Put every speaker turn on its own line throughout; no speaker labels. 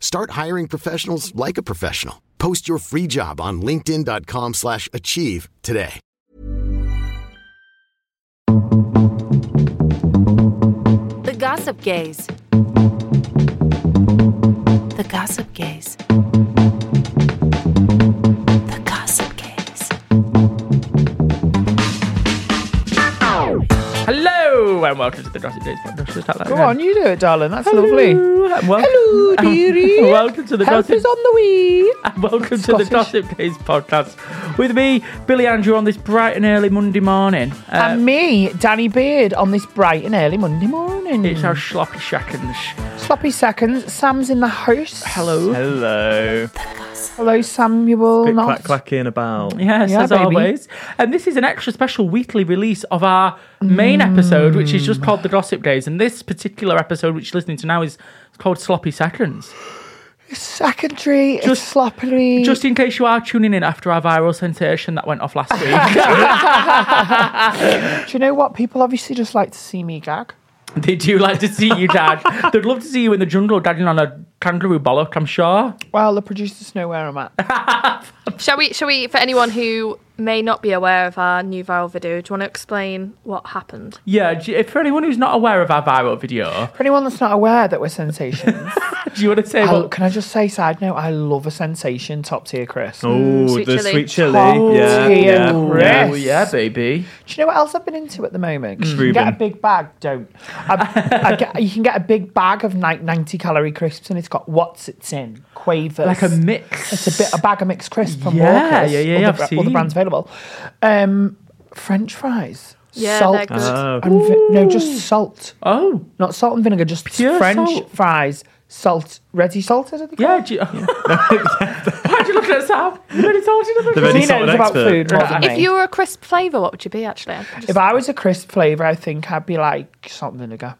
Start hiring professionals like a professional. Post your free job on linkedin.com/achieve slash achieve today.
The Gossip Gaze. The Gossip Gaze. The Gossip Gaze.
Hello and welcome to the Gossip Gaze podcast. Should I start that
Go
again?
on, you do it, darling. That's
Hello,
lovely.
and welcome-
Hello, dearie.
welcome to the
Help
Gossip-
is on the wee.
And welcome to the
Scottish.
Gossip Gaze podcast with me, Billy Andrew, on this bright and early Monday morning. Uh,
and me, Danny Beard, on this bright and early Monday morning.
it's our sloppy shackens.
sloppy seconds. Sam's in the house.
Hello.
Hello.
Hello, Samuel.
Bit
Not-
clack clacking about.
Yes,
Yeah,
as
baby.
always. And this is an extra special weekly release of our main episode, which is just called The Gossip Days. And this particular episode, which you're listening to now, is called Sloppy Seconds.
Secondary. It's
Just-
sloppily.
Just in case you are tuning in after our viral sensation that went off last week.
Do you know what? People obviously just like to see me gag.
they do like to see you, Dad. They'd love to see you in the jungle, dadding on a kangaroo bollock, I'm sure.
Well, the producers know where I'm at.
Shall we? Shall we? For anyone who may not be aware of our new viral video, do you want to explain what happened?
Yeah, do you- for anyone who's not aware of our viral video,
For anyone that's not aware that we're sensations,
do you want to say
I-
what?
can I just say, side note, I love a sensation top tier Chris.
Oh,
sweet
the
chilli.
sweet chili.
Oh,
yeah,
dear
yeah,
Christ.
Oh, yeah, baby.
Do you know what else I've been into at the
Mm.
moment? 'Cause You can get a
Reuben.
big bag. Don't. I, I get, you can get a big bag of like ninety calorie crisps, and it's got what's it's in quavers,
Like a mix.
It's a bit a bag of mixed crisps from
Yeah,
Walkers.
yeah, yeah,
Other,
yeah, I've
bra-
seen.
other brands available. Um, French fries.
Yeah,
salt
they're good. Ah.
and vi- no, just salt,
Oh,
not salt and vinegar, just
Pure
French
salt.
fries, salt, ready salted. I think.
yeah. Do you, Why'd you look at Sam? You already told you nothing.
The very
He knows
sort of
about
expert.
food more than
If
me.
you were a crisp flavour, what would you be actually? I can, just-
If I was a crisp flavour, I think I'd be like salt and vinegar.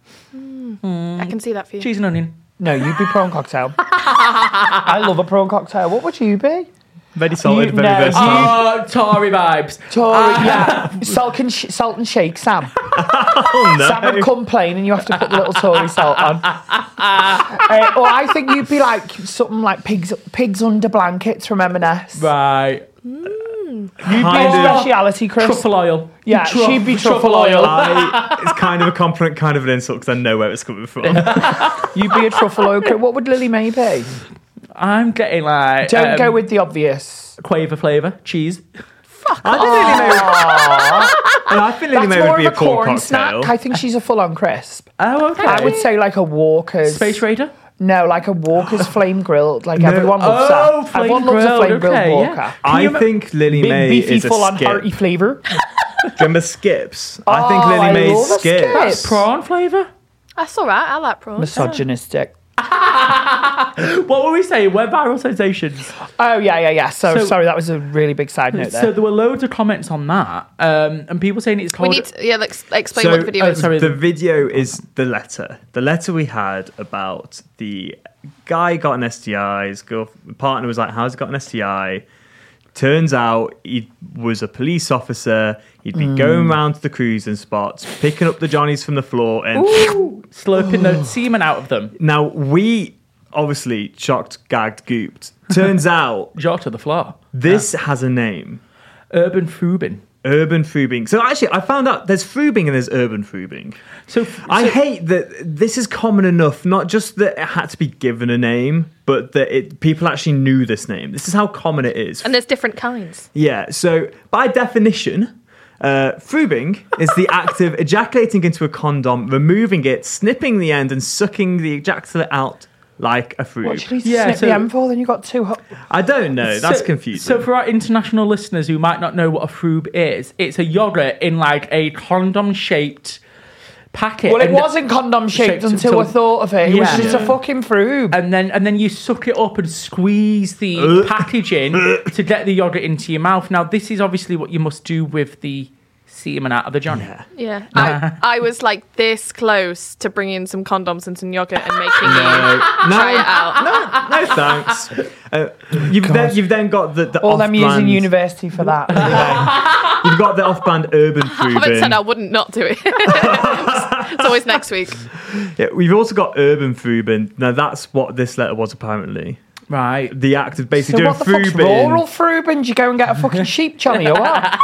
I can see that for you.
Cheese and onion.
No, you'd be prawn cocktail. I love a prawn cocktail. What would you be?
Very solid,
You-
very
no,
versatile.
Oh, Tory vibes.
Tory, yeah. Ah. Salt and, sh- salt and shake, Sam.
Oh, no.
Sam would complain and you have to put the little Tory salt on. Uh, or I think you'd be like something like pigs pigs under blankets from M&S.
Right.
Kind of-
Speciality crisp.
Truffle oil.
Yeah,
Truff-
she'd be truffle oil.
I- it's kind of a compliment, kind of an insult because I know where it's coming from.
You'd be a truffle oil crisp. What would Lily May be?
I'm getting like.
Don't
um,
go with the obvious.
Quaver flavour, cheese.
I think Lily May would- No, I think Lily
That's
May would
more
be
of
a
a corn
corn cocktail. Uh,
snack. I think she's a full-on crisp.
Oh, okay.
I would say like a Walker's.
Space Raider.
No, like a Walker's flame grilled. Like everyone loves
Oh,
that.
flame
everyone loves a
grilled,
flame grilled
okay, yeah.
Walker.
I think Lily
Big
May
beefy,
is a
full on
skip.
hearty flavour.
Remember skips? I think
Oh,
Lily
I
May's
love a skip.
skips.
That's
Prawn flavour.
That's all right. I like prawns.
Misogynistic.
Oh. What were we saying? We're viral sensations.
Oh yeah, yeah, yeah. So,
So-
sorry, that was a really big side note there.
So there were loads of comments on that, um, and people saying it's
We
called.
need to yeah, like, explain what the video
oh,
is.
sorry.
The video is the letter. The letter we had about the guy got an STI. His girl, partner was like, "How's he got an STI?" Turns out he was a police officer. He'd be going round to the cruising spots, picking up the johnnies from the floor, and
slurping the semen out of them.
now we obviously shocked, gagged, gooped. Turns out
Jaw to the floor.
this has a name.
Urban Fubin.
Urban Frubing. So actually, I found out there's Frubing and there's Urban Frubing.
So,
I
so-
hate that this is common enough, not just that it had to be given a name, but that it people actually knew this name. This is how common it is.
And there's different kinds.
Yeah, so by definition, uh, frubing is the act of ejaculating into a condom, removing it, snipping the end, and sucking the ejaculate out like a frube.
What, you need to
Yeah,
snip
so-
the M for? Then you got two. Ho-
I don't know, that's
so-
confusing.
So, for our international listeners who might not know what a frube is, it's a yogurt in like a condom shaped packet.
well, it
and-
wasn't condom
shaped
shaped
until-
until I thought of it. It
Yeah.
was just a fucking frube.
and then and then you suck it up and squeeze the packaging to get the yogurt into your mouth. Now, this is obviously what you must do with the semen out of the johnny.
Yeah. I, I was like this close to bringing some condoms and some yogurt and making it. Try it out.
No, no thanks. Uh, you've, then, you've then got the, the
All them using
off-brand-
university for that.
You've got the off-brand urban
I haven't said I
frubing.
wouldn't not do it. it's always next week.
Yeah, we've also got urban frubing. Now that's what this letter was apparently.
Right.
The act of
so
basically
what the
doing
fuck's
frubing.
rural frubing? Do you go and get a fucking sheep, Johnny, or what?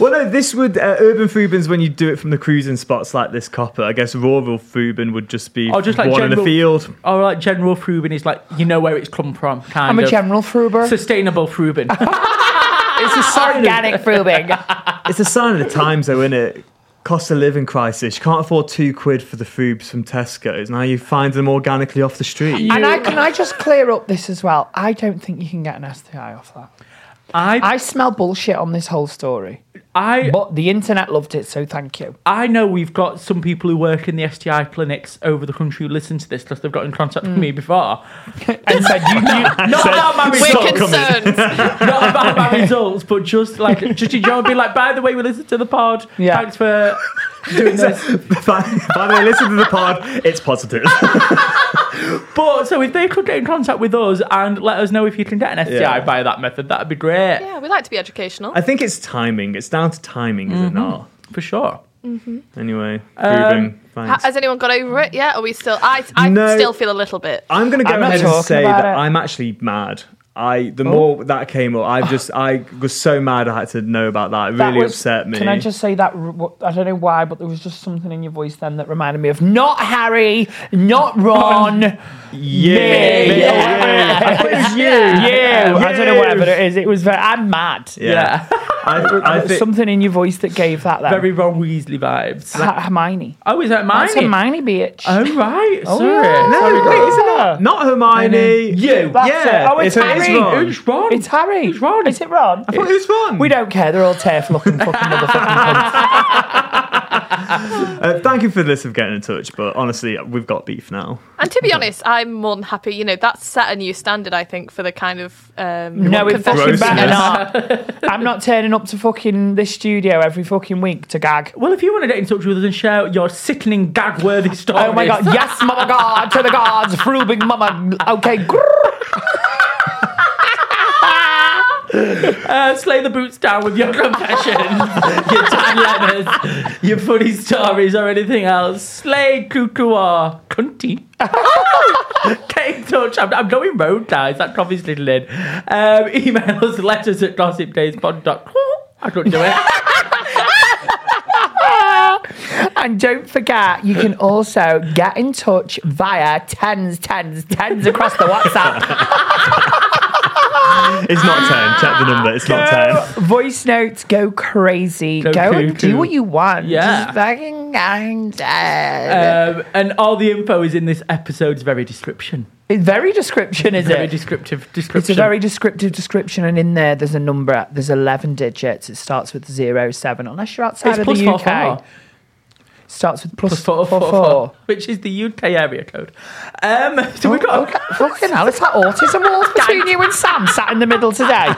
Well, no, this would uh, urban Fubin's when you do it from the cruising spots like this copper. I guess rural Fubin would just be
Or just like
one in the
general-
field.
Or like general frubin is like you know where it's come from. Kind
I'm a
of.
general fruber.
Sustainable frubin.
It's a organic frubing.
It's a sign of the times, though, isn't it? Cost of living crisis. You can't afford two quid for the Fubs from Tesco's. Now you find them organically off the street.
And I, can I just clear up this as well? I don't think you can get an STI off that.
I
I smell bullshit on this whole story,
I
but the internet loved it, so thank you.
I know we've got some people who work in the STI clinics over the country who listen to this because they've got in contact with me before.
Hmm. And said, you, you,
Not about my
We're
results.
concerned.
Not about my results, but just like just in general, be like, by the way, we listened to the pod.
Yeah.
Thanks for doing this.
by, by the way, listen to the pod. It's positive.
But so if they could get in contact with us and let us know if you can get an STI
Yeah.
by that method, that'd be great
yeah, we like to be educational.
I think it's timing. It's down to timing, is it not?
for sure.
Anyway, Fubin.
Ha-
thanks.
Has anyone got over it yet? Are we still? I, I
No.
still feel a little bit.
I'm going to go
I'm not
ahead and
talking
say
about
that
it. Oh.
I'm actually mad. I the more that came up, I just I was so mad I had to know about that. It
Ah. that
really
was-
upset me.
Can I just say that? r- what- I don't know why, but there was just something in your voice then that reminded me of not Harry, not Ron. you.
yeah,
Yeah,
yeah,
yeah.
It's you.
I don't know whatever it is. It was very, I'm mad.
Yeah, I, I
There was
think
something in your voice that gave that then.
Very Ron Weasley vibes.
Ha- Hermione.
Oh, is that mine?
That's Hermione, bitch.
Oh right,
Oh,
sorry.
yeah.
No,
Sorry,
wait,
girl.
isn't it? not Hermione. You,
That's
yeah.
it. Oh, it's
it is
Harry.
Ron.
Who's Ron?
It's Harry.
It's Ron.
Is it Ron?
I thought it was Ron.
We don't care. They're all TERF looking fucking motherfucking cunts.
Uh, thank you for this of getting in touch, but honestly, we've got beef now.
And to be honest, I'm more than happy. You know, that's set a new standard. I think for the kind of um,
No, it's fucking
grossness.
better not. I'm not turning up to fucking this studio every fucking week to gag.
Well, if you want to get in touch with us and share your sickening gag-worthy stories,
Oh my god, yes, mama god, to the gods, frubing mama. Okay, grrr.
uh, slay the boots down with your confessions, your Dan letters, your funny stories, or anything else. Slay cuckoo cunty. Get in touch. I'm, I'm going road, guys. That coffee's little in. Um, email us letters at gossipdayspod.com. I couldn't do it.
and don't forget, you can also get in touch via tens, tens, tens across the WhatsApp.
It's not
Ah.
ten. Check the number. It's not ten.
Voice notes go crazy. Go,
Go
and
cuckoo.
do what you want.
Yeah.
Just fucking and,
Um, and all the info is in this episode's very description.
It's very description, is
Very
it?
descriptive
It's
description.
a very descriptive description, and in there there's a number. There's 11 digits. It starts with zero seven, unless you're outside
It's
of
plus
the
four,
UK.
four.
Starts with
Plus
plus
four, four, four,
four.
which is the UK area code. Um, so we've got
Okay, fucking hell, it's like autism walls between you and Sam sat in the middle today.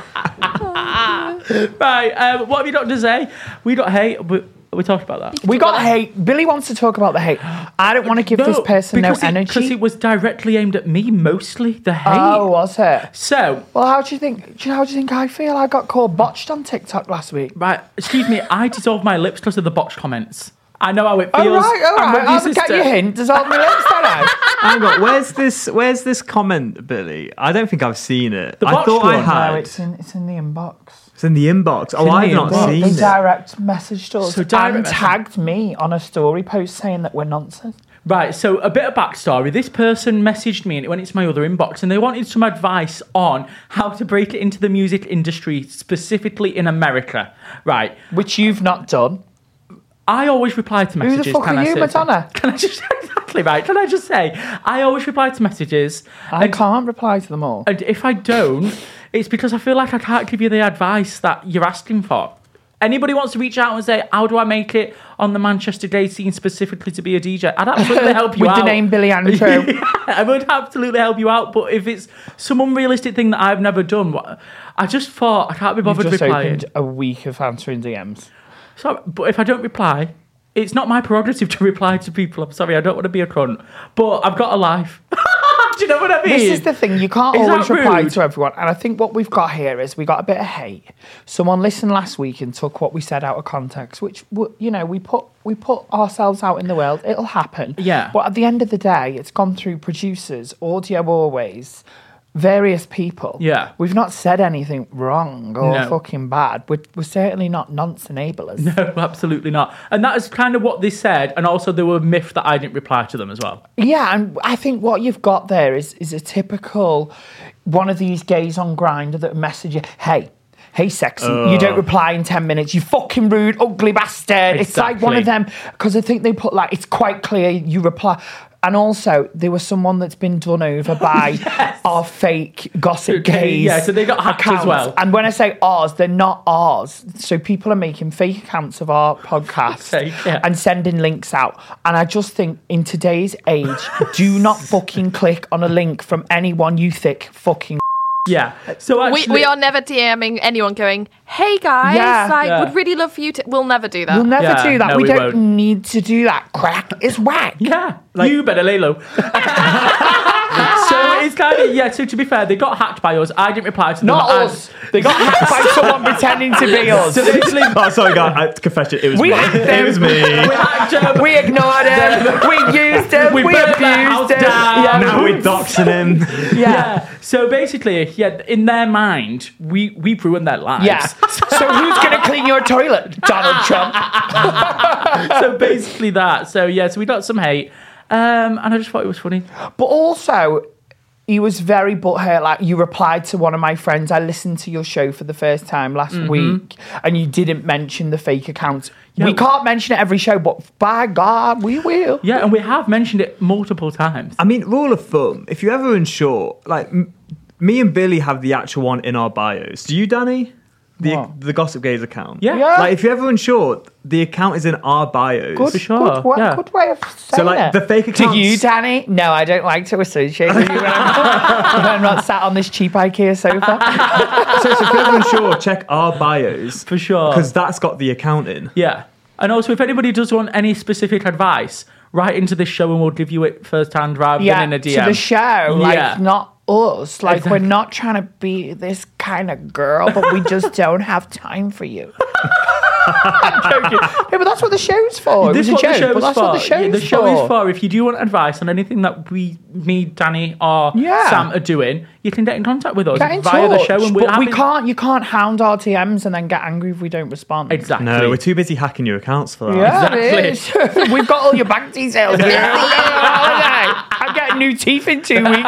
right. Um, what have you got to say? We got hey. We, we talked about that.
We got hate. Billy wants to talk about the hate. I don't want to give this person no
because it, because
energy.
it was directly aimed at me mostly. The hate.
oh, was it?
So
Well, how do you think? Do you know how do you think I feel? I got called botched on TikTok last week.
right. Excuse me. I dissolved my lips because of the botch comments. I know how it
All
feels.
Oh, right, all
I'm
right.
with you,
I'll get
sister.
you hint. Dissolve my lips, don't I?
Hang on. Where's this? Where's this comment, Billy? I don't think I've seen it.
The
I
botched
thought I
one.
had.
No, Oh, it's in it's in the inbox.
It's in the inbox. oh,
in
I've
the
not
inbox.
They,
seen
they
it.
direct messaged us
So direct
and
message.
tagged me on a story post saying that we're nonsense.
Right, so a bit of backstory. This person messaged me and it went into my other inbox and they wanted some advice on how to break it into the music industry, specifically in America. Right.
Which you've not done.
I always reply to
the
messages.
fuck
can
are
I
you,
say-
Madonna?
Can I just exactly right? Can I just say I always reply to messages,
I
and,
can't reply to them all.
and if I don't, it's because I feel like I can't give you the advice that you're asking for. Anybody wants to reach out and say, "How do I make it on the Manchester gay scene specifically to be a DJ?" I'd absolutely help you
With
out
the name Billy Andrew.
I would absolutely help you out, but if it's some unrealistic thing that I've never done, what- I just thought I can't be
You've
bothered
just
replying.
opened a week of answering DMs.
So, but if I don't reply, it's not my prerogative to reply to people. I'm sorry, I don't want to be a cunt, but I've got a life. Do you know what I mean?
This is the thing, you can't
Is that
always reply
rude?
to everyone. And I think what we've got here is we got a bit of hate. Someone listened last week and took what we said out of context, which, w- you know, we put we put ourselves out in the world. It'll happen.
Yeah.
But at the end of the day, it's gone through producers, audio always, various people.
Yeah.
We've not said anything wrong or
No.
fucking bad. We're, we're certainly not nonce enablers.
No, absolutely not. And that is kind of what they said. And also, there were myth that I didn't reply to them as well.
Yeah, and I think what you've got there is is a typical one of these gays on grinder that message you, hey. Hey, sexy, you
Oh.
don't reply in 10 minutes. You fucking rude, ugly bastard. It's like one of them,
Exactly.
because I think they put like, it's quite clear you reply. And also, there was someone that's been done over by our fake gossip
Okay,
gays.
yeah, so they got hacked as
accounts.
well.
And when I say ours, they're not ours. So people are making fake accounts of our podcast
sake, yeah.
and sending links out. And I just think in today's age, do not fucking click on a link from anyone you think fucking.
Yeah. So
We,
actually,
we are never DMing anyone going, hey guys,
Yeah.
like,
Yeah.
would really love for you to. We'll never do that.
We'll never
Yeah,
do that.
no,
we,
we
don't
won't.
need to do that. Crack is whack.
Yeah, you better lay low. so it's kind of yeah. So to be fair, they got hacked by us. I didn't reply to them.
Not
and-
us. They got hacked by someone pretending to be us.
So they actually
Oh, sorry, guys. I, confession. It was
We
me.
hacked them.
It was me.
we hacked them.
We ignored him. we used him.
We
We,
burnt
abused
their house
him.
down.
Yeah.
now we're doxing him.
yeah.
So basically, yeah, in their mind, we we ruined their lives.
Yeah. so who's going to clean your toilet, Donald Trump?
so basically that. So yeah, so we got some hate. Um, and I just thought it was funny.
But also, he was very butthurt. Like you replied to one of my friends, I listened to your show for the first time last week, and you didn't mention the fake accounts. We
Mm-hmm. Yeah.
can't mention it every show, but by God, we will.
Yeah, and we have mentioned it multiple times.
I mean, rule of thumb. If you're ever unsure, like m- me and Billy have the actual one in our bios. Do you, Danny? The
What?
the Gossip Gaze account.
Yeah.
Yeah.
Like if you're ever unsure, the account is in our bios.
Good,
for sure,
good, wa-
yeah.
good way of saying
So like
it.
the fake
to
accounts.
you, Danny? No, I don't like to associate with you when I'm, when I'm not sat on this cheap IKEA sofa.
so, so if you're ever unsure, check our bios
For sure.
because that's got the account in.
Yeah. And also, if anybody does want any specific advice, write into this show and we'll give you it first hand rather
yeah,
than in a DM.
to the show, like
Yeah.
not us. Like we're not trying to be this kind of girl, but we just don't have time for you. I'm joking. No, but that's what the show's for.
This is
it was a
what
joke,
the show
but
is
that's
for.
what the show's
Yeah, the show
for.
is for. If you do want advice on anything that we, me, Danny, or
Yeah.
Sam are doing, you can get in contact with us
Get in
via the
touch,
show, and we're
but we
happy-
can't. You can't hound our TMs and then get angry if we don't respond.
Exactly.
No, we're too busy hacking your accounts for that.
Yeah, it is. We've got all your bank details. We're on holiday. I'm getting new teeth in two weeks.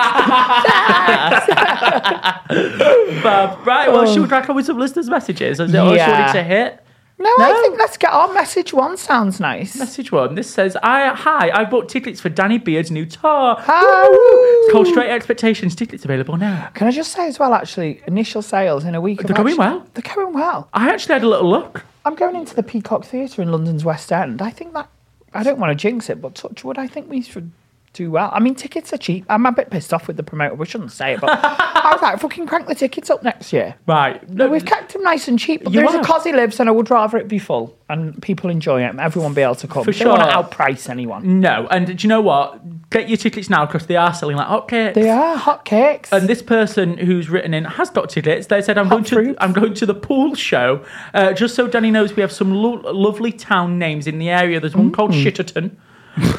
Fab. Right, well, should we crack on with some listeners' messages? Is it all
Oh. Yeah.
wanted to hit?
No, I
No.
think let's get our message one. Sounds nice.
Message one. This says, I, Hi, I bought tickets for Danny Beard's new tour.
Ah,
It's
woo.
called Straight Expectations. Tickets available now.
Can I just say as well, actually, initial sales in a week. have
They're going
actually-
well.
They're going well.
I actually had a little look.
I'm going into the Peacock Theatre in London's West End. I think that I don't want to jinx it, but touch wood, I think we should do well. I mean, tickets are cheap. I'm a bit pissed off with the promoter. We shouldn't say it, but I was like, fucking crank the tickets up next year.
Right. No,
We've kept them nice and cheap, but
You
there's a
have.
cosy lives, and I would rather it be full and people enjoy it and everyone be able to come.
For
they want to
sure.
outprice anyone.
no. And do you know what? Get your tickets now because they are selling like hotcakes.
They are hot cakes.
And this person who's written in has got tickets. They said, "I'm going
fruits.
to I'm going to the pool show, uh, just so Danny knows we have some lo- lovely
Mm-hmm.
town names in the area. There's one called Shitterton,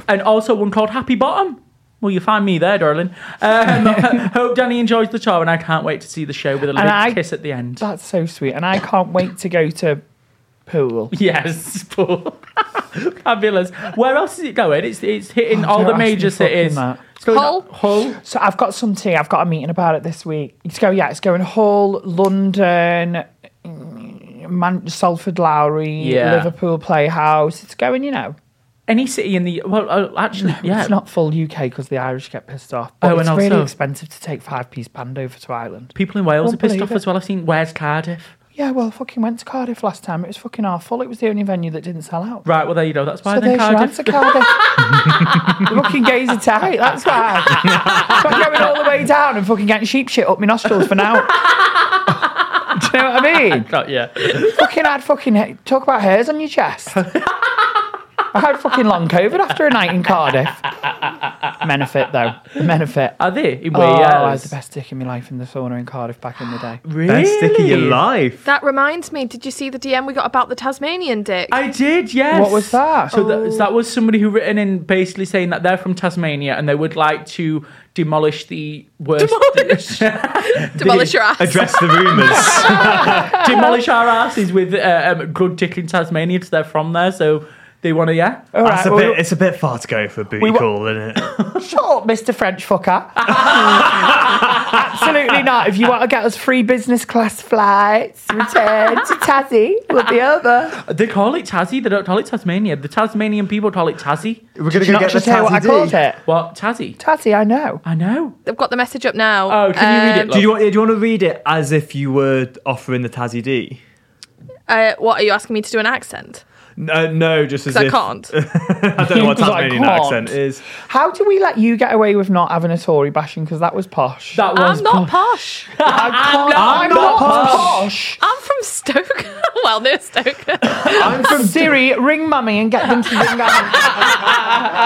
and also one called Happy Bottom. Well, you find me there, darling. Um, hope Danny enjoys the show, and I can't wait to see the show with a little
I-
kiss at the end.
That's so sweet. And I can't wait to go to pool.
Yes, Paul. Fabulous. Where else is it going? It's it's hitting
Oh,
all
don't
the
ask
major
me fucking
cities.
that.
It's going
Hull?
up- Hull.
So I've got something. I've got a meeting about it this week. It's going, yeah, it's going Hull, London, mm, Man- Salford Lowry,
Yeah.
Liverpool Playhouse. It's going, you know.
Any city in the well, uh, actually, yeah.
It's not full UK because the Irish get pissed off. But
Oh,
it's
and
really
also-
expensive to take five piece band over to Ireland.
People in Wales are
Won't
pissed
believe
off
it.
as well. I've seen where's Cardiff.
Yeah, well, I fucking went to Cardiff last time. It was fucking awful. It was the only venue that didn't sell out.
Right, well there you go. That's why
So
then
there's your
Cardiff.
answer, Cardiff. the fucking gays are tight. That's why. I'm going all the way down and fucking getting sheep shit up my nostrils for now. Do you know what I mean?
Right, yeah.
fucking had fucking ha- talk about hairs on your chest. I had fucking long COVID after a night in Cardiff. Benefit though, benefit.
Are they in
Oh,
Wales?
I had the best dick in my life in the sauna in Cardiff back in the day.
Really?
Best dick of your life.
That reminds me, did you see the DM we got about the Tasmanian dick?
I did, yes.
What was that? Oh.
So that, so that was somebody who written in basically saying that they're from Tasmania and they would like to demolish the worst.
Demolish. Demolish your ass.
Address the rumours.
demolish our asses with uh, um, good dick in Tasmania because they're from there. So they want to, yeah.
All
That's
right,
a
well,
bit, it's a bit far to go for a booty
wa-
call, isn't it?
shut up, Mr. French fucker. Absolutely not. If you want to get us free business class flights, return to Tassie. We'll be over.
They call it Tassie. They don't call it Tasmania. The Tasmanian people call it Tassie.
We're going
Did you not just hear what I called it?
What? Tassie?
Tassie, I know.
I know.
They've got the message up now.
Oh, can you
Um,
read it?
Do
love?
you, want, do you want to read it as if you were offering the Tassie D?
Uh, what are you asking me to do an accent?
No, no just as
Because I
if
can't.
I don't know what
'Cause I
Tasmanian
can't.
accent is.
How do we let you get away with not having a Tory bashing? Because that was posh.
that was
I'm not posh.
I can't- I'm, not, posh.
I'm from Stoke. well, near Stoke.
I'm from Siri. Ring mummy and get them to ring out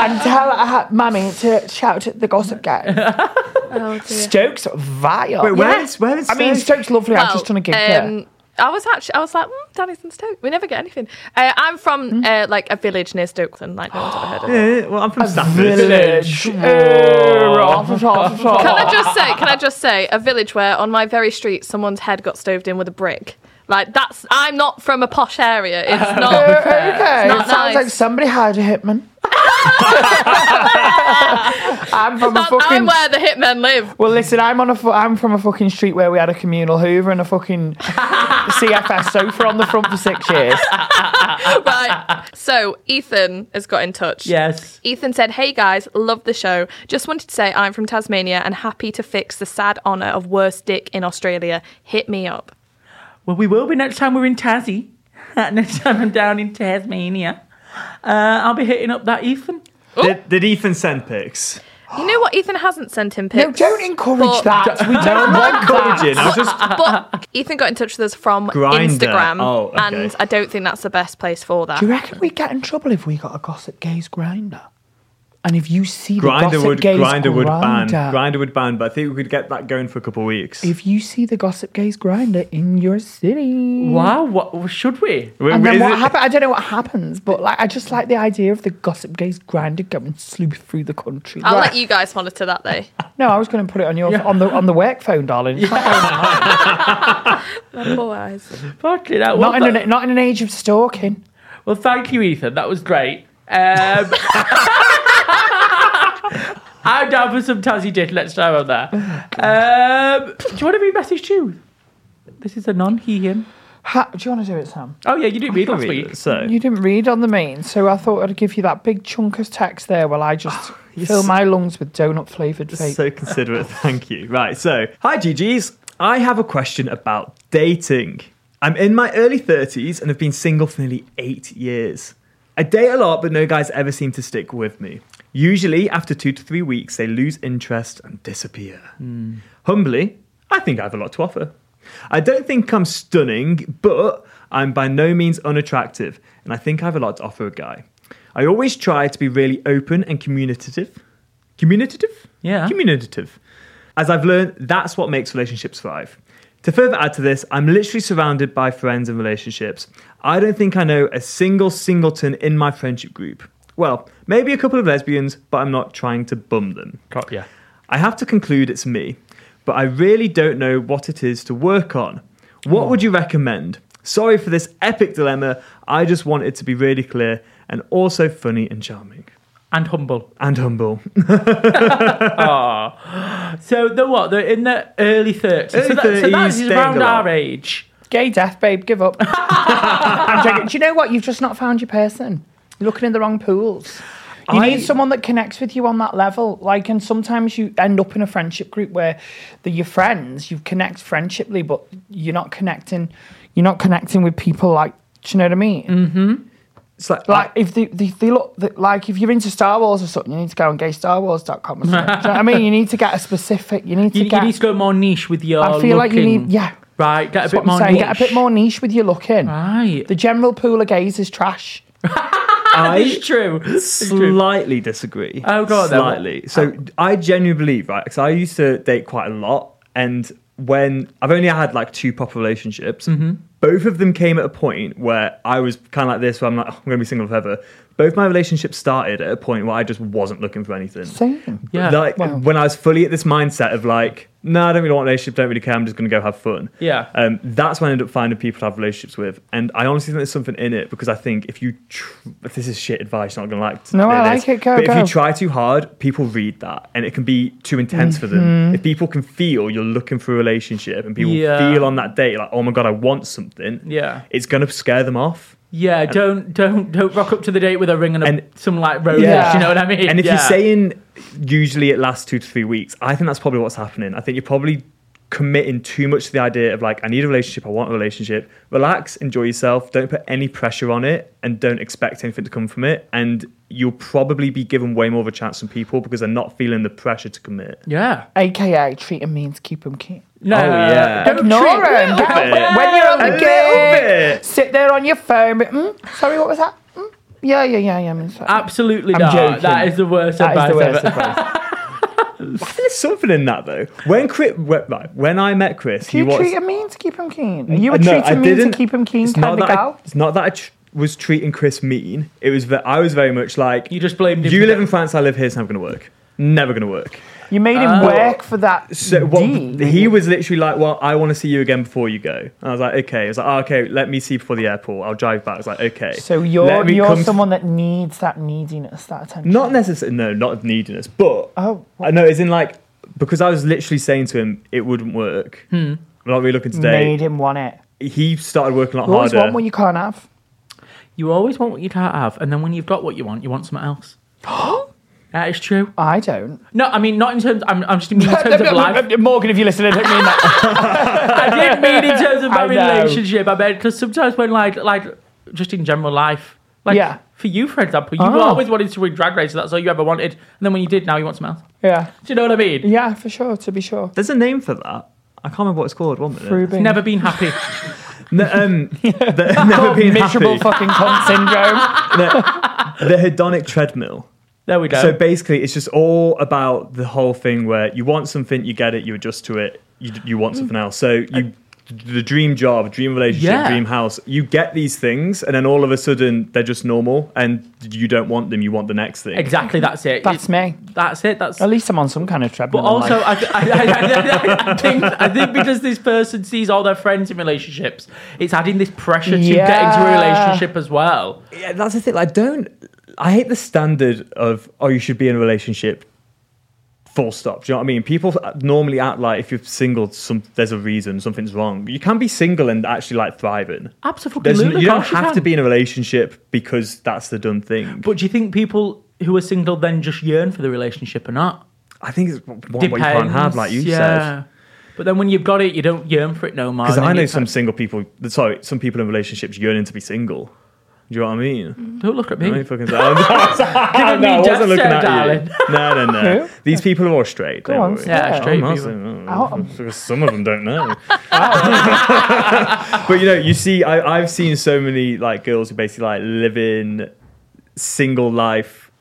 and tell uh, mummy to shout at the gossip guy.
oh, dear.
Stoke's vile.
Wait, where is where is
I mean,
Stoke?
Stoke's lovely. I'm just trying to give
um, I was actually, I was like, mm, Danny's in Stoke. We never get anything. Uh, I'm
Hmm?
from uh, like a village near Stokeland. Like no one's ever heard of it.
Eh, Well, I'm from Stafford.
village. Oh, rah, rah, rah, rah,
Can I
rah.
just say? Can I just say a village where on my very street someone's head got stoved in with a brick? Like that's. I'm not from a posh area. It's
Uh,
not.
Okay,
It's not
it sounds
nice.
like somebody hired a hitman. I'm from a
I'm,
fucking.
I'm where the hitmen live.
Well, listen, I'm on a fu- I'm from a fucking street where we had a communal Hoover and a fucking CFS sofa on the front for six years.
right. So Ethan has got in touch.
Yes.
Ethan said, Hey guys, love the show. Just wanted to say I'm from Tasmania and happy to fix the sad honour of worst dick in Australia. Hit me up.
Well, we will be next time we're in Tassie. next time I'm down in Tasmania. Uh, I'll be hitting up that Ethan.
Oh.
Did, did Ethan send pics?
You know what? Ethan hasn't sent him pics.
No, don't encourage
But-
that. We don't
I'm
want
encouraging. I
that.
was just
But Ethan got in touch with us from
Grindr.
Instagram.
Oh, okay.
And I don't think that's the best place for that.
Do you reckon we get in trouble if we got a gossip gays grinder? And if you see the
grinder
gossip
would
gays
grinder would ban
Grindr,
grinder would ban, but I think we could get that going for a couple of weeks.
if you see the gossip gays grinder in your city,
Wow, what should we?
Wait,
and then
is
what
it-
happens? I don't know what happens, but like I just like the idea of the gossip gays grinder going sleuth through the country.
I'll
Like-
let you guys monitor that though.
No, I was going to put it on your on the on the work phone, darling. It's not going on.
Poor eyes.
Fuck it.
Not in an not in an age of stalking.
Well, thank you, Ethan. That was great. Um, I'm down for some Tassie dick next time I'm there. Um, do you want to be messaged you? This is a non he him.
Ha, do you want to do it, Sam?
Oh yeah, you did read last week.
So
You didn't read on the main, so I thought I'd give you that big chunk of text there while I just fill
so-
my lungs with donut flavored vape.
so considerate, thank you. Right, so hi GGs. I have a question about dating. I'm in my early 30s and have been single for nearly eight years. I date a lot, but no guys ever seem to stick with me. Usually, after two to three weeks, they lose interest and disappear. Humbly, I think I have a lot to offer. I don't think I'm stunning, but I'm by no means unattractive, and I think I have a lot to offer a guy. I always try to be really open and communicative. Communicative?
Yeah.
Communicative. As I've learned, that's what makes relationships thrive. To further add to this, I'm literally surrounded by friends and relationships. I don't think I know a single singleton in my friendship group. Well, maybe a couple of lesbians, but I'm not trying to bum them.
Got ya.
I have to conclude it's me, but I really don't know what it is to work on. What would you recommend? Sorry for this epic dilemma. I just want it to be really clear and also funny and charming
And humble.
and humble.
So they're what? They're in their early 30s. so,
Early
that, so that
30s,
is
staying
around
alive.
our age.
Gay death, babe, give up. I'm joking. Do you know what? You've just not found your person. You're looking in the wrong pools. You
I-
need someone that connects with you on that level. Like, and sometimes you end up in a friendship group where the, your friends, you connect friendshiply, but you're not connecting. You're not connecting with people like. Do you know what I mean?
Mm.
It's like,
Like if they, they, they look they, like if you're into Star Wars or something, you need to go on gaystarwars.com or something. Do you know what I mean? You need to get a specific. You need to
You, you
get.
need to go more niche with your.
I feel like you
looking.
need. Yeah,
Right, get a
that's
bit
what
more
I'm saying.
niche.
Get a bit more niche with your looking.
Right.
The general pool of gays is trash.
I
It's true. It's true.
slightly disagree.
Oh, go on then. Uh,
Slightly. So I genuinely believe, right? Because I used to date quite a lot, and when I've only had like two proper relationships,
Mm-hmm.
both of them came at a point where I was kind of like this, where I'm like, "Oh, I'm going to be single forever. Both my relationships started at a point where I just wasn't looking for anything.
Same.
Yeah.
Like
Wow.
when I was fully at this mindset of like, no, I don't really want a relationship, don't really care, I'm just gonna go have fun.
Yeah.
Um, that's when I ended up finding people to have relationships with. And I honestly think there's something in it because I think if you tr- if this is shit advice, you're not gonna like to
No, I
hear
like
this,
it, go,
But if
go.
you try too hard, people read that and it can be too intense for
Mm-hmm.
them. If people can feel you're looking for a relationship and people
Yeah.
feel on that date like, oh my god, I want something,
Yeah.
it's gonna scare them off.
Yeah, don't don't don't rock up to the date with a ring and, a,
And-
some like roses.
Yeah.
You know what I mean?
And if
Yeah.
you're saying usually it lasts two to three weeks, I think that's probably what's happening. I think you're probably committing too much to the idea of like, I need a relationship, I want a relationship. Relax, enjoy yourself, don't put any pressure on it, and don't expect anything to come from it. And you'll probably be given way more of a chance from people because they're not feeling the pressure to commit.
yeah,
AKA treat 'em means keep 'em cute.
no,
Oh, yeah.
don't
Ignore
treat-
'em. Get
bit.
up- When you're on
A
the
little
gig,
bit.
sit there on your phone. But, mm, sorry, what was that? Mm, yeah, yeah, yeah, yeah. I mean, sorry.
Uh,
Absolutely
I'm
not.
joking.
That is the worst
That is
advice
the worst
ever.
advice.
There's something in that though. When Chris, when, right, when I met Chris,
Do you
he was.
treat 'em mean to keep 'em keen? Are you were
Uh, No,
treating
I
mean
didn't.
to keep 'em keen
It's
kind
not
of
that I-
gal?
it's not that I tr- was treating Chris mean. It was that I was very much like
You just blamed him
You
for
live
the-
in France, I live here. It's never going to work. Never going to work.
You made him work for that.
Oh. So what,
deed.
he was literally like, "Well, I want to see you again before you go." And I was like, "Okay." I was like, oh, "Okay, let me see before the airport. I'll drive back." I was like, "Okay."
So
Let
you're
me
you're
come-
someone that needs that neediness, that attention.
Not necessarily. No, not neediness, but
Oh,
I know. It's in like because I was literally saying to him, "It wouldn't work." I'm not really looking today.
Hmm. made him want it.
He started working a lot
You always
harder.
want what you can't have.
You always want what you can't have, and then when you've got what you want, you want something else. that is true.
I don't.
No, I mean not in terms. I'm, I'm just in terms of life.
Morgan, if you're listening, don't mean that.
I didn't mean in terms of my
I know.
relationship. I meant because sometimes when like like just in general life, like
Yeah.
for you, for example, you
Oh.
always wanted to win Drag Race. That's all you ever wanted, and then when you did, now you want something else.
yeah,
Do you know what I mean?
yeah, for sure. To be sure,
There's a name for that. I can't remember what it's called. One minute.
Ruby.
Never been happy.
No, um, the,
Oh,
never been
miserable
happy.
fucking cunt syndrome.
The, the hedonic treadmill.
there we go.
So basically, it's just all about the whole thing where you want something, you get it, you adjust to it, you, you want
Mm.
something else. So you, the dream job, dream relationship,
Yeah.
dream house, you get these things, and then all of a sudden they're just normal, and you don't want them. You want the next thing.
exactly, that's it.
That's
It-
me.
That's it. That's
At least I'm on some kind of treadmill.
But
in life.
also, I, I, I, I, I think I think because this person sees all their friends in relationships, it's adding this pressure to get into a
Yeah.
relationship as well.
Yeah, that's the thing. I don't. I hate the standard of oh, you should be in a relationship. Full stop. Do you know what I mean? People normally act like if you're single, some there's a reason something's wrong. You can be single and actually like thriving.
Absolutely,
There's n-
of
you don't
course you
have to
can.
be in a relationship because that's the done thing.
But do you think people who are single then just yearn for the relationship or not?
I think it's what, what you can't have, like you said.
But then when you've got it, you don't yearn for it no more.
Because
and
I
then
know
you
some
can't-
single people. Sorry, some people in relationships yearning to be single. Do you know what I mean?
Don't look at me.
No, you fucking- I'm not-
Giving me
no, I
death
wasn't looking
stare,
at
darling.
you. No, no, no.
Who?
These people are all straight.
Go
don't
on,
worry.
say
Yeah,
Yeah.
straight
I'm
people.
not saying- oh, because Some of them don't know. but you know, you see, I, I've seen so many like girls who basically like live in single life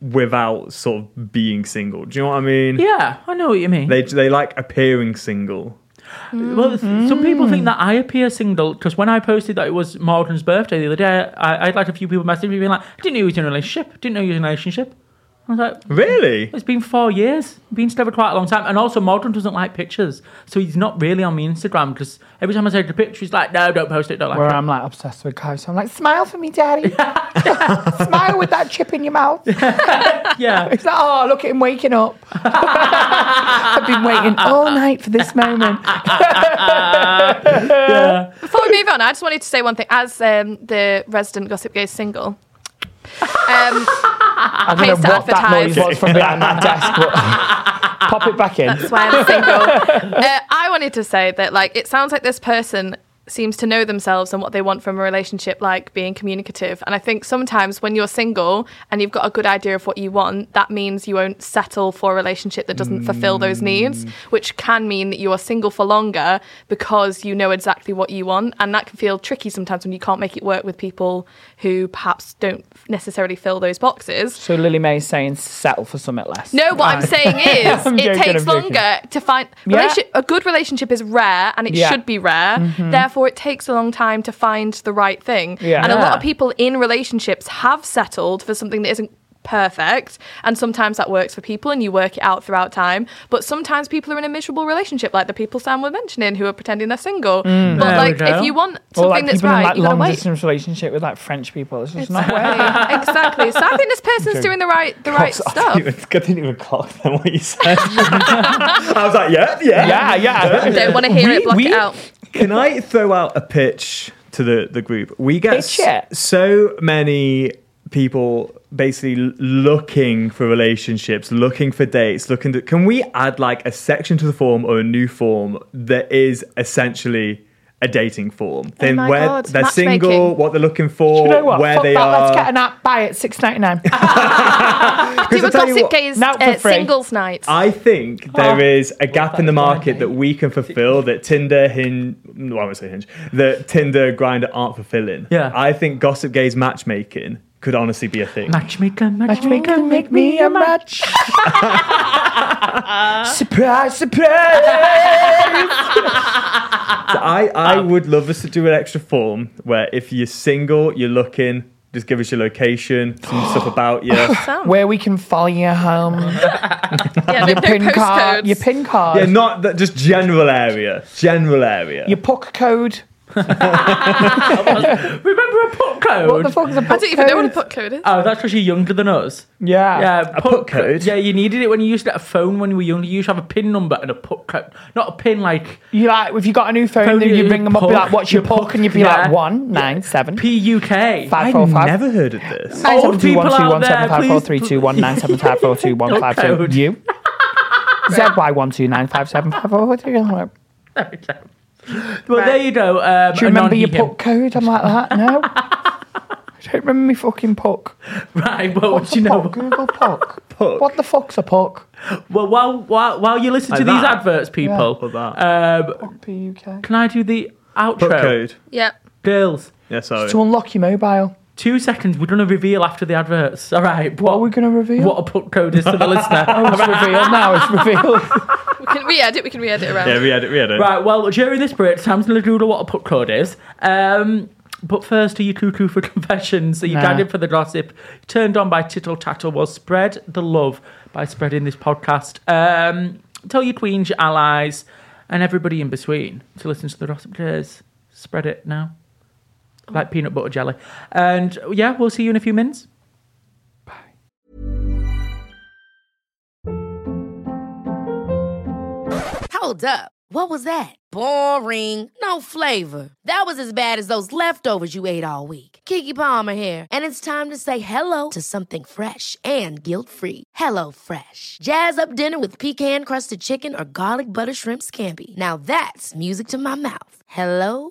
without sort of being single. Do you know what I mean?
Yeah, I know what you mean.
They they like appearing single.
Well, th- some people think that I appear single because when I posted that it was Morgan's birthday the other day, I, I had like a few people messaging me being like, I didn't know you was in a relationship. Didn't know you was in a relationship. I was like,
Really?
it's been four years. Been together quite a long time. And also, Maldon doesn't like pictures. So he's not really on my Instagram because every time I take a picture, he's like, no, don't post it, don't like
Where
it.
I'm like obsessed with guys. I'm like, smile for me, daddy. smile with that chip in your mouth.
Yeah.
It's like, oh, look at him waking up. I've been waiting all night for this moment.
Before we move on, I just wanted to say one thing. As um, the resident Gossip Gay single, um,
I don't know
Pays to
what that
advertise.
noise was from behind my desk, but pop it back in.
that's why I'm single. uh, I wanted to say that, like, it sounds like this person seems to know themselves and what they want from a relationship, like being communicative. And I think sometimes when you're single and you've got a good idea of what you want, that means you won't settle for a relationship that doesn't fulfill those needs, which can mean that you are single for longer because you know exactly what you want. And that can feel tricky sometimes when you can't make it work with people who perhaps don't necessarily fill those boxes.
So Lily May's saying settle for something less.
No, what I'm saying is,
I'm
it
joking,
takes
I'm joking.
longer to find
Yeah.
relationship, a good relationship is rare, and it
Yeah. Mm-hmm.
should be rare. Therefore, it takes a long time to find the right thing.
Yeah.
And a lot
Yeah.
of people in relationships have settled for something that isn't perfect and sometimes that works for people and you work it out throughout time but sometimes people are in a miserable relationship like the people Sam were mentioning who are pretending they're single
Mm.
but
There we
like
go.
if you want
Or
something
like
that's
people in
right
like
you gotta
long
wait
distance relationship with like French people. It's just not working.
Exactly. exactly so I think this person's doing the right the right
I
stuff
didn't even- I didn't even clock then what you said. I was like, yeah, yeah.
Yeah, yeah.
don't want to hear it block
we-
it out
Can I throw out a pitch to the, the group? We get
Pitch it.
s- so many people basically l- looking for relationships, looking for dates, looking to. Can we add like a section to the form or a new form that is essentially a dating form?
Oh
Then
my
where
God,
they're
matchmaking.
single, what they're looking for,
You know what?
where
Fuck
they
that.
are.
Let's get an app. Buy it. Six ninety nine.
'Cause
Do
I
a
tell you
Gossip
what-
Gaze
Now for
uh,
free.
singles night.
I think there is a gap in the market that we can fulfill that Tinder, Hinge, well, I would say Hinge, that Tinder, Grinder aren't fulfilling.
Yeah.
I think Gossip Gays matchmaking could honestly be a thing.
Matchmaker, matchmaker,
Matchmaker, make me a match. surprise, surprise.
I, I would love us to do an extra form where if you're single, you're looking, just give us your location, some stuff about you.
Where we can follow you home.
yeah, no, no
pin
postcodes.
card. Your pin card.
Yeah, not that, just general area. General area.
your puck code.
Remember a put
What
code?
the fuck is a puck
I don't even know what a
code?
put code is.
oh, that's because you're younger than us.
Yeah.
Yeah,
A put code?
Yeah, you needed it when you used to get a phone when you were younger. You used to have a pin number and a put code. Not a pin like
You like if you got a new phone,
Phone,
then
your
you bring them up, be
puck,
like, "What's your
your
puck?"
puck,
and you'd be
yeah.
like, "One, nine, seven,
PUK.
five,
I've
four, five."
never heard of this.
Nine, seven,
Old
two, one,
people
two,
out
one, seven,
there,
five, four,
please-
three, two, one, nine, seven, five, four, two, one, five, two.
Code.
You. ZY one two nine five seven five four four three. I'm like,
Well, there you go. Um,
Do you remember your
put?
puck code? I'm like that. No. I don't remember me fucking puck.
Right, well,
What's
do you
a
know?
puck? Google puck.
Puck.
What the fuck's a puck?
Well, while, while, while you listen to
Like
these
that.
adverts, people,
Or that.
um,
PUK.
can I do the outro?
Put code.
yeah.
Girls,
Yeah, sorry.
To unlock your mobile.
two seconds. We're going to reveal after the adverts. All right.
What are we going to reveal?
What a put code is to the listener.
It's revealed now. It's revealed.
We can re-edit. We can re-edit around.
yeah, re-edit, re-edit.
right, well, during this break, Sam's going to do the what a put code is. Um, but first, are you cuckoo for confessions? Are you
Nah.
guided for the gossip? Turned on by tittle tattle was spread the love by spreading this podcast. Um, tell your queens, your allies, and everybody in between to listen to the gossip days. Spread it now. Like peanut butter jelly. And yeah, we'll see you in a few minutes.
Hold up. What was that? Boring. No flavor. That was as bad as those leftovers you ate all week. Kiki Palmer here, and it's time to say hello to something fresh and guilt-free. Hello Fresh. Jazz up dinner with pecan-crusted chicken or garlic butter shrimp scampi. Now that's music to my mouth. Hello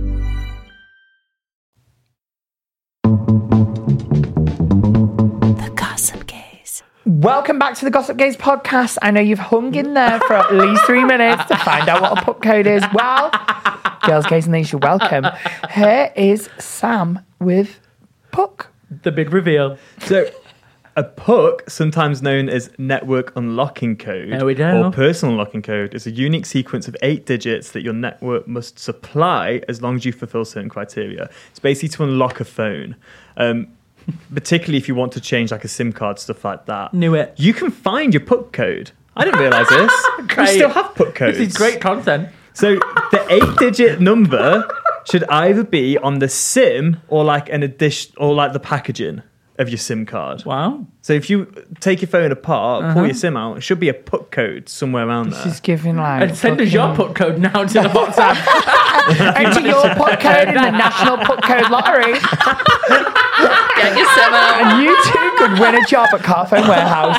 The Gossip Gaze.
Welcome back to the Gossip Gaze podcast. I know you've hung in there for at least three minutes to find out what a pup code is. Well, girls, gays, and these, you're welcome. Here is Sam with Puck.
The big reveal.
So, a PUC, sometimes known as Network Unlocking Code
There we go.
or Personal Unlocking Code, is a unique sequence of eight digits that your network must supply as long as you fulfill certain criteria. It's basically to unlock a phone, um, particularly if you want to change like a SIM card, stuff like that.
Knew it.
You can find your PUC code. I didn't realize this. we
Great.
still have PUC codes.
This is great content.
So the eight-digit number should either be on the SIM or like an addition or like the packaging of your SIM card.
Wow.
So if you take your phone apart,
Uh-huh.
pull your SIM out, it should be a put code somewhere around there.
She's giving like.
And send us your put code now to the WhatsApp.
Enter your puck code in the National Puck Code Lottery,
Get yourself out.
and you too could win a job at Carphone Warehouse.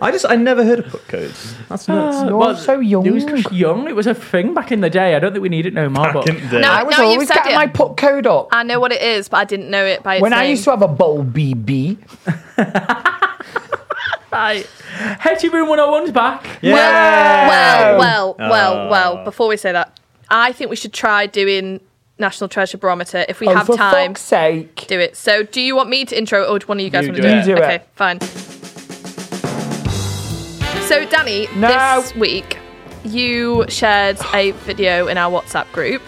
I just I never heard of put codes. That's nuts.
You're so young.
It was just young. It was a thing back in the day. I don't think we need it no more. But
Fucking day.
No.
I was
you've
always
said
getting
it.
my puck code up.
I know what it is, but I didn't know it by its
When
name.
I used to have a bowl BB,
Right.
Hetty Room 101's back.
Yeah.
Well, well, well,
Oh.
well. Before we say that, I think we should try doing National Treasure Barometer if we
oh,
have
for
time.
fuck's sake.
Do it. So, do you want me to intro, or do one of you guys
You
want to
do
do,
it.
it?
You do it.
Okay, fine. So, Danny,
No.
this week you shared a video in our WhatsApp group.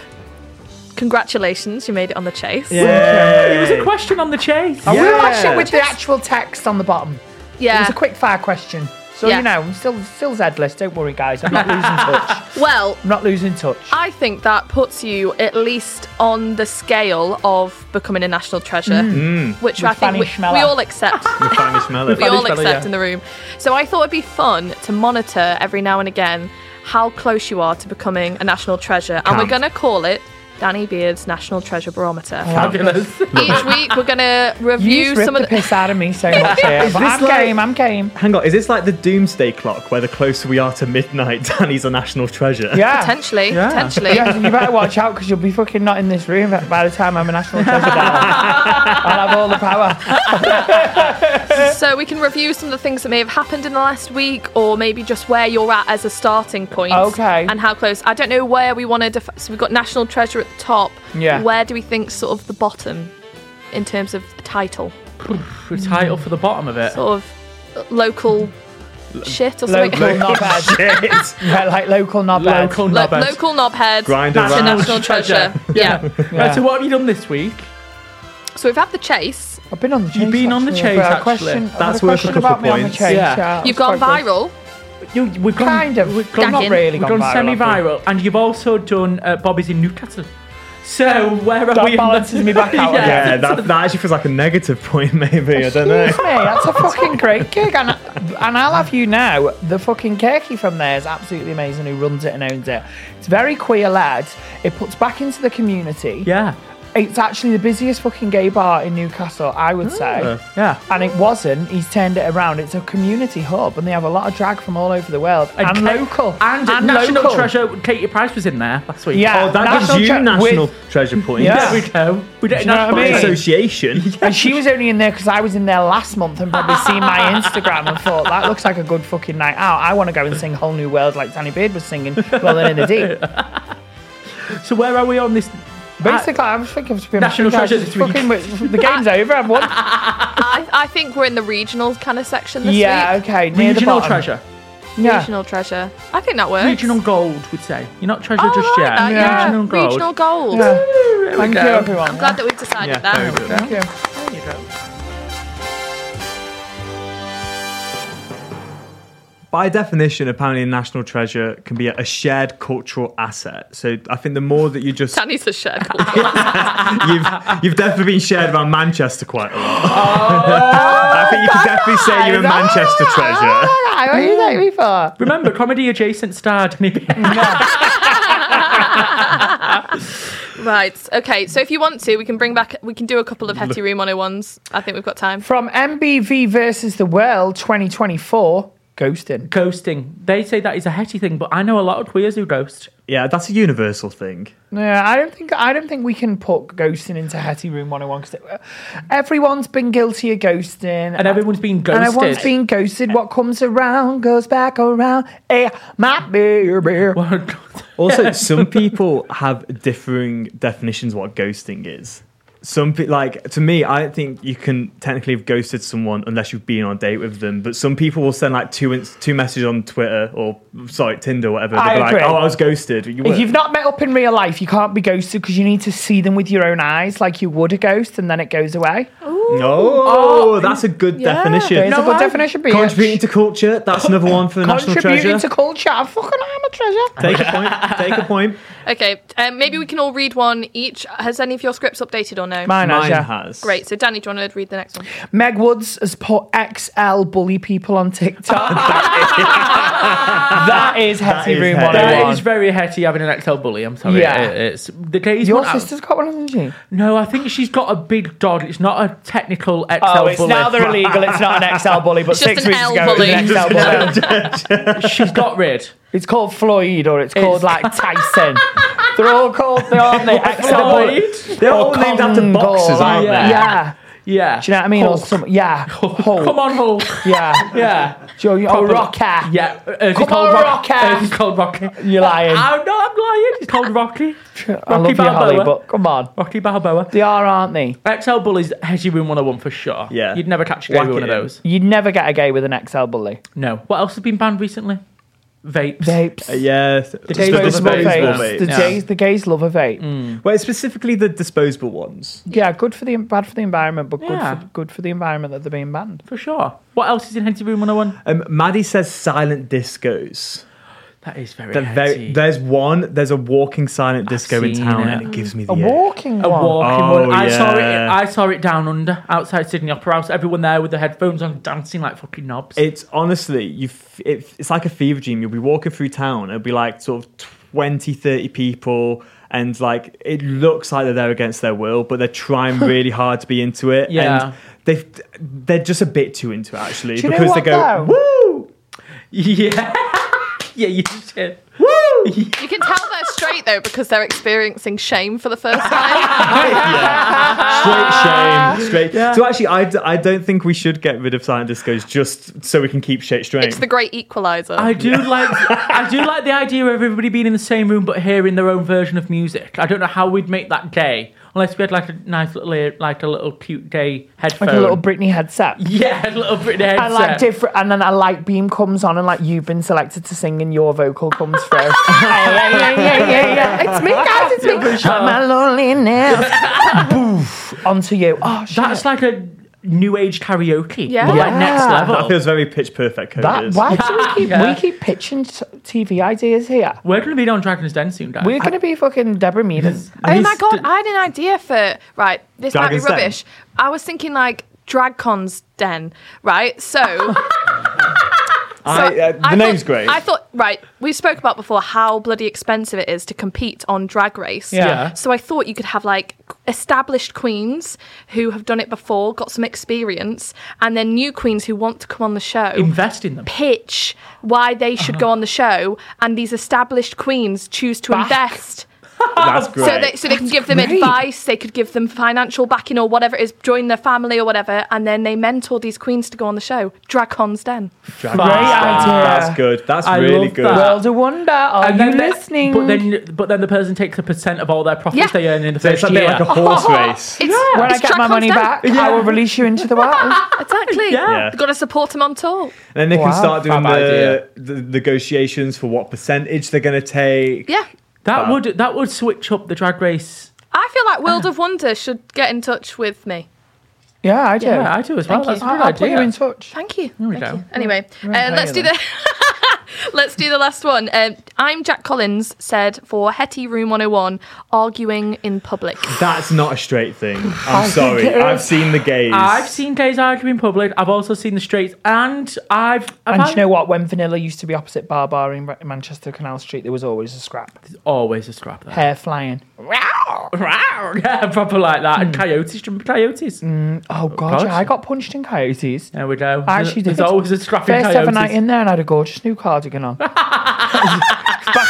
Congratulations, you made it on the chase.
Yay.
It was a question on the chase.
I will
Yeah.
question with the actual text on the bottom. It
Yeah.
was a quick fire question. So
Yeah.
you know, I'm still still Zedless. Don't worry, guys. I'm not losing touch.
Well,
I'm not losing touch.
I think that puts you at least on the scale of becoming a national treasure, which I think
Mm. Fanny
we,
Schmeller.
we all accept.
Finally smell it.
we all
Fanny Schmeller,
accept
yeah.
in the room. So I thought it'd be fun to monitor every now and again how close you are to becoming a national treasure, and we're going to call it Danny Beard's National Treasure Barometer.
Fabulous.
Each week we're going to
You
review
ripped
some of
the piss out of me so much here. But
this
I'm
like-
game. I'm game.
Hang on, is this like the doomsday clock where the closer we are to midnight, Danny's a national treasure?
Yeah.
potentially, potentially.
Yes, and you better watch out because you'll be fucking not in this room by the time I'm a national treasure. I'll have all the power.
So we can review some of the things that may have happened in the last week, or maybe just where you're at as a starting point.
Okay.
And how close. I don't know where we want to. Def- so we've got National Treasure at the top.
Yeah.
Where do we think sort of the bottom, in terms of title,
Put title for the bottom of it.
sort of local shit or something?
Local knobhead.
Shit.
Yeah, like local knobhead.
Local
Lo-
knobhead.
local knobhead.
Grinder
that's a
Ranch.
National Treasure. yeah.
Right, so what have you done this week?
So we've had the chase.
I've been on the chase.
been on the
actually,
chase,
but a
actually.
question- I've had
That's worth a
question
couple
about me on the
points.
chase,
Yeah.
that
You've
was
gone
quite good.
viral.
You, we've gone,
Kind of.
We've gone,
Not Dacking.
really
we've gone
gone viral,
semi-viral, and you've also done uh, Bobby's in Newcastle. So where are
That
we? in the-
balances me back out.
yeah.
Yeah, that, that actually feels like a negative point, maybe. I don't know.
Excuse me, that's a fucking great gig. And, and I'll have you know, the fucking Kirky from there is absolutely amazing who runs it and owns it. It's very queer led. It puts back into the community.
yeah,
It's actually the busiest fucking gay bar in Newcastle, I would
Uh,
say.
oh,
yeah.
And it wasn't. He's turned it around. It's a community hub and they have a lot of drag from all over the world and,
Kate-
local.
and, National
local.
Treasure. Katie Price was in there last week.
Yeah.
Oh, that gives
National
you
tre-
national
with-
treasure points.
Yeah.
There we go. We don't
you know
National
what I mean?
Treasure.
Association.
And she was only in there because I was in there last month and probably seen my Instagram and thought that looks like a good fucking night out. I want to go and sing "Whole New World" like Danny Beard was singing "Rolling in the Deep."
So where are we on this?
Basically, I was thinking of
National treasure this week.
Fucking, the game's over. I've won.
I, I think we're in the regional kind of section this
yeah,
week.
okay. Near the
Regional
bottom.
treasure.
Yeah.
Regional treasure. I think that works.
Regional gold, we'd say. You're not treasure
Oh, I
just
like
yet.
that, yeah.
Regional gold.
Regional gold.
Yeah.
There we
Thank you,
go.
everyone.
I'm glad that we've decided
Yeah, very
that.
good.
Thank you.
By definition, apparently, a national treasure can be a shared cultural asset. So I think the more that you just
That needs a shed.
you've you've definitely been shared around Manchester quite a lot. I think you could definitely say you're a Manchester treasure.
Hi, what are you thanking me for?
Remember, comedy adjacent starred.
right. Okay. So if you want to, we can bring back. We can do a couple of Hetty Room 101s. I think we've got time.
From MBV versus the World 2024, ghosting.
Ghosting. They say that is a hetty thing, but I know a lot of queers who ghost.
Yeah, that's a universal thing.
Yeah, I don't think I don't think we can put ghosting into Hetty Room 101 because everyone's been guilty of ghosting.
And everyone's been ghosted.
And everyone's been ghosted. What comes around goes back around. Eh, my baby.
Also, some people have differing definitions of what ghosting is. Some people, like to me, I don't think you can technically have ghosted someone unless you've been on a date with them. But some people will send like two ins- two messages on Twitter or sorry Tinder or whatever. They'll
I
be like,
agree.
"Oh, I was ghosted." You
If
weren't.
you've not met up in real life, you can't be ghosted because you need to see them with your own eyes, like you would a ghost, and then it goes away.
No, that's a good definition.
There's Oh, a good definition. bitch.
Contributing to culture. That's another one for the national
Contributing
treasure.
to culture. I fucking am a treasure.
Take a point. Take a point.
Okay. Um, maybe we can all read one each. Has any of your scripts updated or no?
Mine, has,
Mine
yeah.
has.
Great. So Danny, do you want to read the next one?
Meg Woods has put XL bully people on TikTok. that is Hetty
is
Room
Hetty.
That is
101.
very hetty having an XL bully. I'm sorry.
Yeah.
It- it's the gays.
Your
went out-
sister's got one, hasn't she?
No, I think she's got a big dog. It's not a technical XL
Oh,
bully.
illegal. It's not an XL bully, but
It's just an L bully.
she's got rid.
It's called Floyd or it's
It's-
called like Tyson. They're all called, they aren't they? XL
Floyd.
bully.
They're all named after
Congo,
boxes, aren't
yeah.
they?
Yeah.
Yeah.
Do you know what I mean? Or
Hulk.
some, yeah. Hulk.
Come on, Hulk.
Yeah.
Yeah.
Joe, you're a
Proper-
oh, rocker.
Yeah. uh, it's
Come
called
on,
Rock-
Rocker.
uh, It's called Rocky.
You're lying.
Oh, no, I'm lying. It's called Rocky. Rocky
I love you,
Balboa.
Holly, but come on.
Rocky Balboa.
They are, aren't they?
XL Bullies, Hedgy Room 101 for sure.
Yeah.
You'd never catch a guy
Whack
with one
it
of
in.
those.
You'd never get a gay with an XL bully.
No. What else has been banned recently? Vapes.
Vapes.
Uh, yeah, th-
The disposable
disposable
vapes.
vapes.
The,
Yeah.
gays, the gays love a vape.
Well, it's specifically the disposable ones.
Yeah, good for the bad for the environment, but
Yeah.
good for good for the environment that they're being banned.
For sure. What else is in Hedgy Room 101?
Um, Maddie says silent discos.
That is very
They're very-
hetty.
there's one. There's a walking silent disco in
seen
town,
it.
and it gives me the
A
ick.
walking
A
one.
walking
Oh,
one. I saw it.
yeah.
I saw it down under outside Sydney Opera House. Everyone there with their headphones on, dancing like fucking knobs.
It's honestly, you. F- it, it's like a fever dream. You'll be walking through town. It'll be like sort of 20, 30 people, and like it looks like they're there against their will, but they're trying really hard to be into it.
Yeah.
and they they're just a bit too into it actually
Do you know
because
what,
they go
though?
woo
yeah, yeah, you should.
woo.
You can tell they're straight though because they're experiencing shame for the first time.
straight shame. Straight. So actually, I, d- I don't think we should get rid of silent discos just so we can keep shit straight.
it's the great equalizer.
I do like. I do like the idea of everybody being in the same room but hearing their own version of music. I don't know how we'd make that gay unless we had like a nice little, ear- like a little cute gay headphone.
like a little Britney headset.
yeah, a little Britney headset.
And like different, and then a light beam comes on, and like you've been selected to sing, and your vocal comes through. yeah, yeah, yeah, yeah, yeah. It's me, guys. It's me. My loneliness. Boof onto you. Oh, shit.
That's like a new age karaoke.
Yeah.
but like next
Yeah.
level.
that feels very pitch perfect. Coders.
That, why do we keep
Yeah.
we keep pitching t- TV ideas here?
We're gonna be on Dragon's Den soon, guys.
We're gonna be fucking Deborah Meaders.
Oh
Have
my
you
god,
st-
I had an idea for right. This
Dragon's
might
Den?
be rubbish. I was thinking like DragCon's Den, right? So,
I- uh, the name's
thought,
great.
I thought right. We spoke about before how bloody expensive it is to compete on Drag Race.
Yeah. Yeah.
So I thought you could have like established queens who have done it before, got some experience, and then new queens who want to come on the show
invest in them.
Uh-huh.
pitch why they should go on the show, and these established queens choose to invest
That's great.
So they, so they can give them advice, they could give them financial backing or whatever it is, join their family or whatever, and then they mentor these queens to go on the show. Dracon's Den.
Dragon's
Great
Den.
idea.
That's good. That's
I
really
love
good.
that.
World of Wonder, are
Ah. And
you
then the-
listening?
But then, but then the person takes a percent of all their profits
Yeah.
they earn in the
So
first
it's a bit
year.
like a horse race.
It's,
when I
it's
get my
Dracon's
money
Den.
back, I will release you into the world.
Exactly.
Yeah.
You've got to support them on tour.
And then they
Wow.
can start doing
Fab
the, the negotiations for what percentage they're going to take.
Yeah.
that would that would switch up the drag race.
I feel like World of Wonder should get in touch with me.
yeah, I do.
Yeah, I do as well. That's a
I'll,
good
I'll put you
idea.
in touch.
Thank you.
we go.
Anyway, uh, let's do
then.
the let's do the last one. Um, I'm Jack Collins said for Hetty Room 101 arguing in public.
That's not a straight thing. I'm
think
sorry.
it
I've
is.
seen the gaze.
I've seen gays argue in public. I've also seen the straights, and I've.
And
I've
do you know what? When Vanilla used to be opposite Bar Bar in Ra- Manchester Canal Street, there was always a scrap.
always a scrap there.
Hair flying.
yeah, proper like that.
Mm.
And coyotes, remember coyotes.
Oh, God,
God.
yeah, I got punched in coyotes.
There we go.
I actually
There's
did.
always a scrap in
First
coyotes.
ever night in there, and I had a gorgeous new cardigan on. Back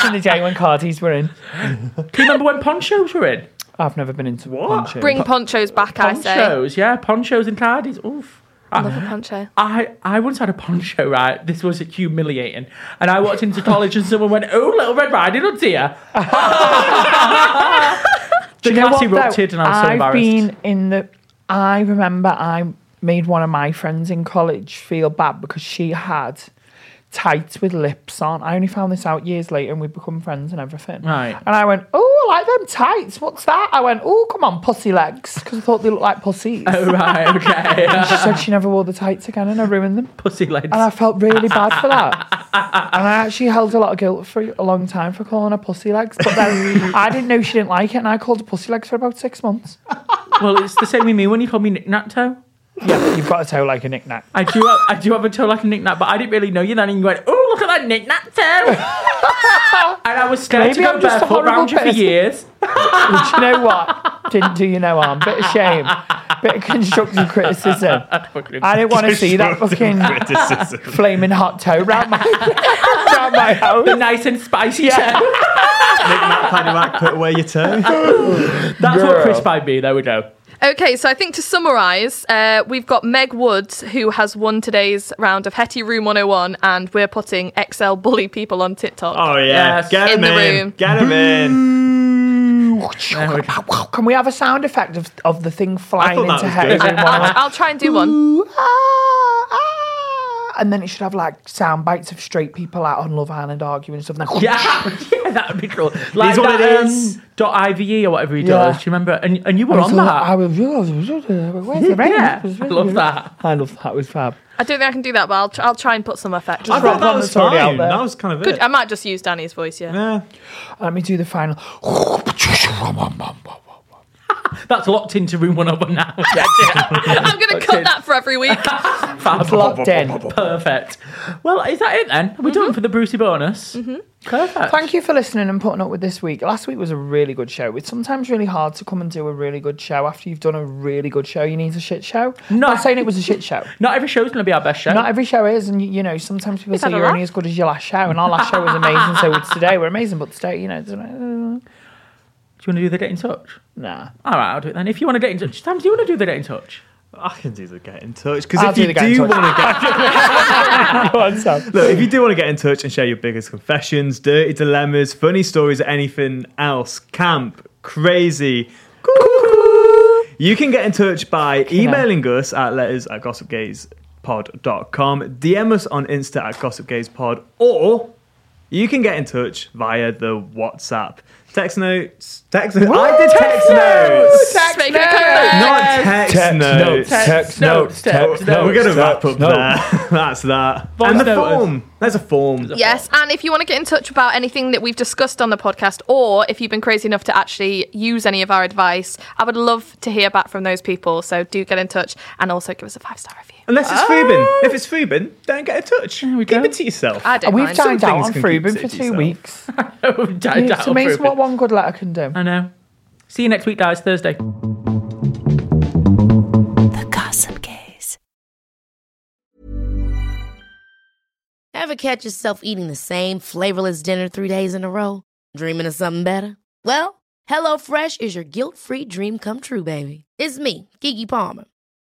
in the day when cardies were in.
Can you remember when ponchos were in?
I've never been into
What?
one show.
Bring ponchos back, I say.
Ponchos, yeah, ponchos and cardies. Oof.
I love a poncho.
I, I once had a poncho, right? This was humiliating. And I walked into college and someone went, Oh, Little Red Riding Hood's here. the
Do you know
class
what, though?
erupted and I was so
I've
embarrassed.
been in the. I remember I made one of my friends in college feel bad because she had tights with lips on. I only found this out years later, and we become friends and everything.
Right.
And I went, "Oh, I like them tights. What's that?" I went, "Oh, come on, pussy legs," because I thought they looked like pussies.
Oh, right, okay.
She said she never wore the tights again, and I ruined them.
Pussy legs.
And I felt really bad for that. and I actually held a lot of guilt for a long time for calling her pussy legs. But then I didn't know she didn't like it, and I called her pussy legs for about six months.
well, it's the same with me when you call me Nick Nat Toe.
Yeah, but you've got a toe like a knick-knack.
I do have, I do have a toe like a Nick Nat, but I didn't really know you then. And you went, Oh, look at that Nick Nat Toe. and I was scared
Maybe
to go
I'm just a
barefoot
horrible
around you for
person.
years.
But you know what? Didn't do you no harm. Bit of shame. Bit of constructive criticism. I didn't want to see that fucking
criticism.
flaming hot toe round my, round my house.
The nice and spicy toe.
Knick-knack, paddywhack, put away your toe.
That's what
Girl.
Chris by me. There we go.
Okay, so I think to summarise, uh, we've got Meg Woods, who has won today's round of Hetty Room 101, and we're putting XL bully people on TikTok.
Oh, yeah.
Yes.
Get
In
him
the
in.
room.
Get him in.
Can we have a sound effect of, of the thing flying
that
into
was
her?
good.
in one
I'll, I'll try and do one.
Ooh, ah, ah. And then it should have like sound bites of straight people out on Love Island arguing and stuff. and then-
Yeah, yeah, that would be cool. Like
what
that,
it
um,
is.
dot IVE or whatever he
Yeah.
does. Do you remember? And, and you were
I
on
was like, I
that.
was, where's the rain?
yeah, I love that.
I love that. It was fab.
I don't think I can do that, but I'll, tr- I'll try and put some effect.
I thought
One
that was
that's already out
fine.
there.
That was kind of
Good.
it.
I might just use Danny's voice, yeah.
Yeah.
Let me do the final.
That's locked into room 101 now. Yeah,
I'm going to cut
it.
that for every week.
fab.
Locked in. Mm-hmm.
Perfect. Well, is that it then? Are we done for the Brucey bonus? Perfect.
Thank you for listening and putting up with this week. Last week was a really good show. It's sometimes really hard to come and do a really good show after you've done a really good show. You need a shit show.
No.
I'm not saying it was a shit show.
Not every show's going to be our best show.
Not every show is, and you, you know, sometimes people say
had a
you're
laugh.
only as good as your last show, and our last show was amazing, so it's today we're amazing, but today, you know, it's- uh.
do you want to do the get in touch?
nah.
All right, I'll do it then. If you want to get in touch, Sam, do you want to do the get in touch?
I can do the get in touch because
I'll
if
do
you
the get in
do
touch.
want to get
Go on, Sam.
look, if you do want to get in touch and share your biggest confessions, dirty dilemmas, funny stories, or anything else, camp, crazy, cuckoo, you can get in touch by emailing us at letters at gossipgazepod.com, DM us on Insta at gossipgazepod, or you can get in touch via the WhatsApp. Text notes. Text notes. I did text notes.
Make it correct.
Not text, notes.
text notes, text
No, we're going to wrap up
no.
there. That's that. and the
notes.
form. There's a form.
Yes, and if you want to get in touch about anything that we've discussed on the podcast, or if you've been crazy enough to actually use any of our advice, I would love to hear back from those people. So do get in touch and also give us a five star review.
Unless it's Freebin. If it's Freebin, don't get in touch. Keep it to yourself.
I don't
And we've
mind.
dined out
things
on
can keep
Frubin
to
for two
yourself.
weeks.
Died out
It's
of
amazing
Reuben.
what one good letter can do.
I know. See you next week, guys. Thursday.
The Gossip Gaze.
Ever catch yourself eating the same flavorless dinner three days in a row? Dreaming of something better? Well, HelloFresh is your guilt-free dream come true, baby. It's me, Kiki Palmer.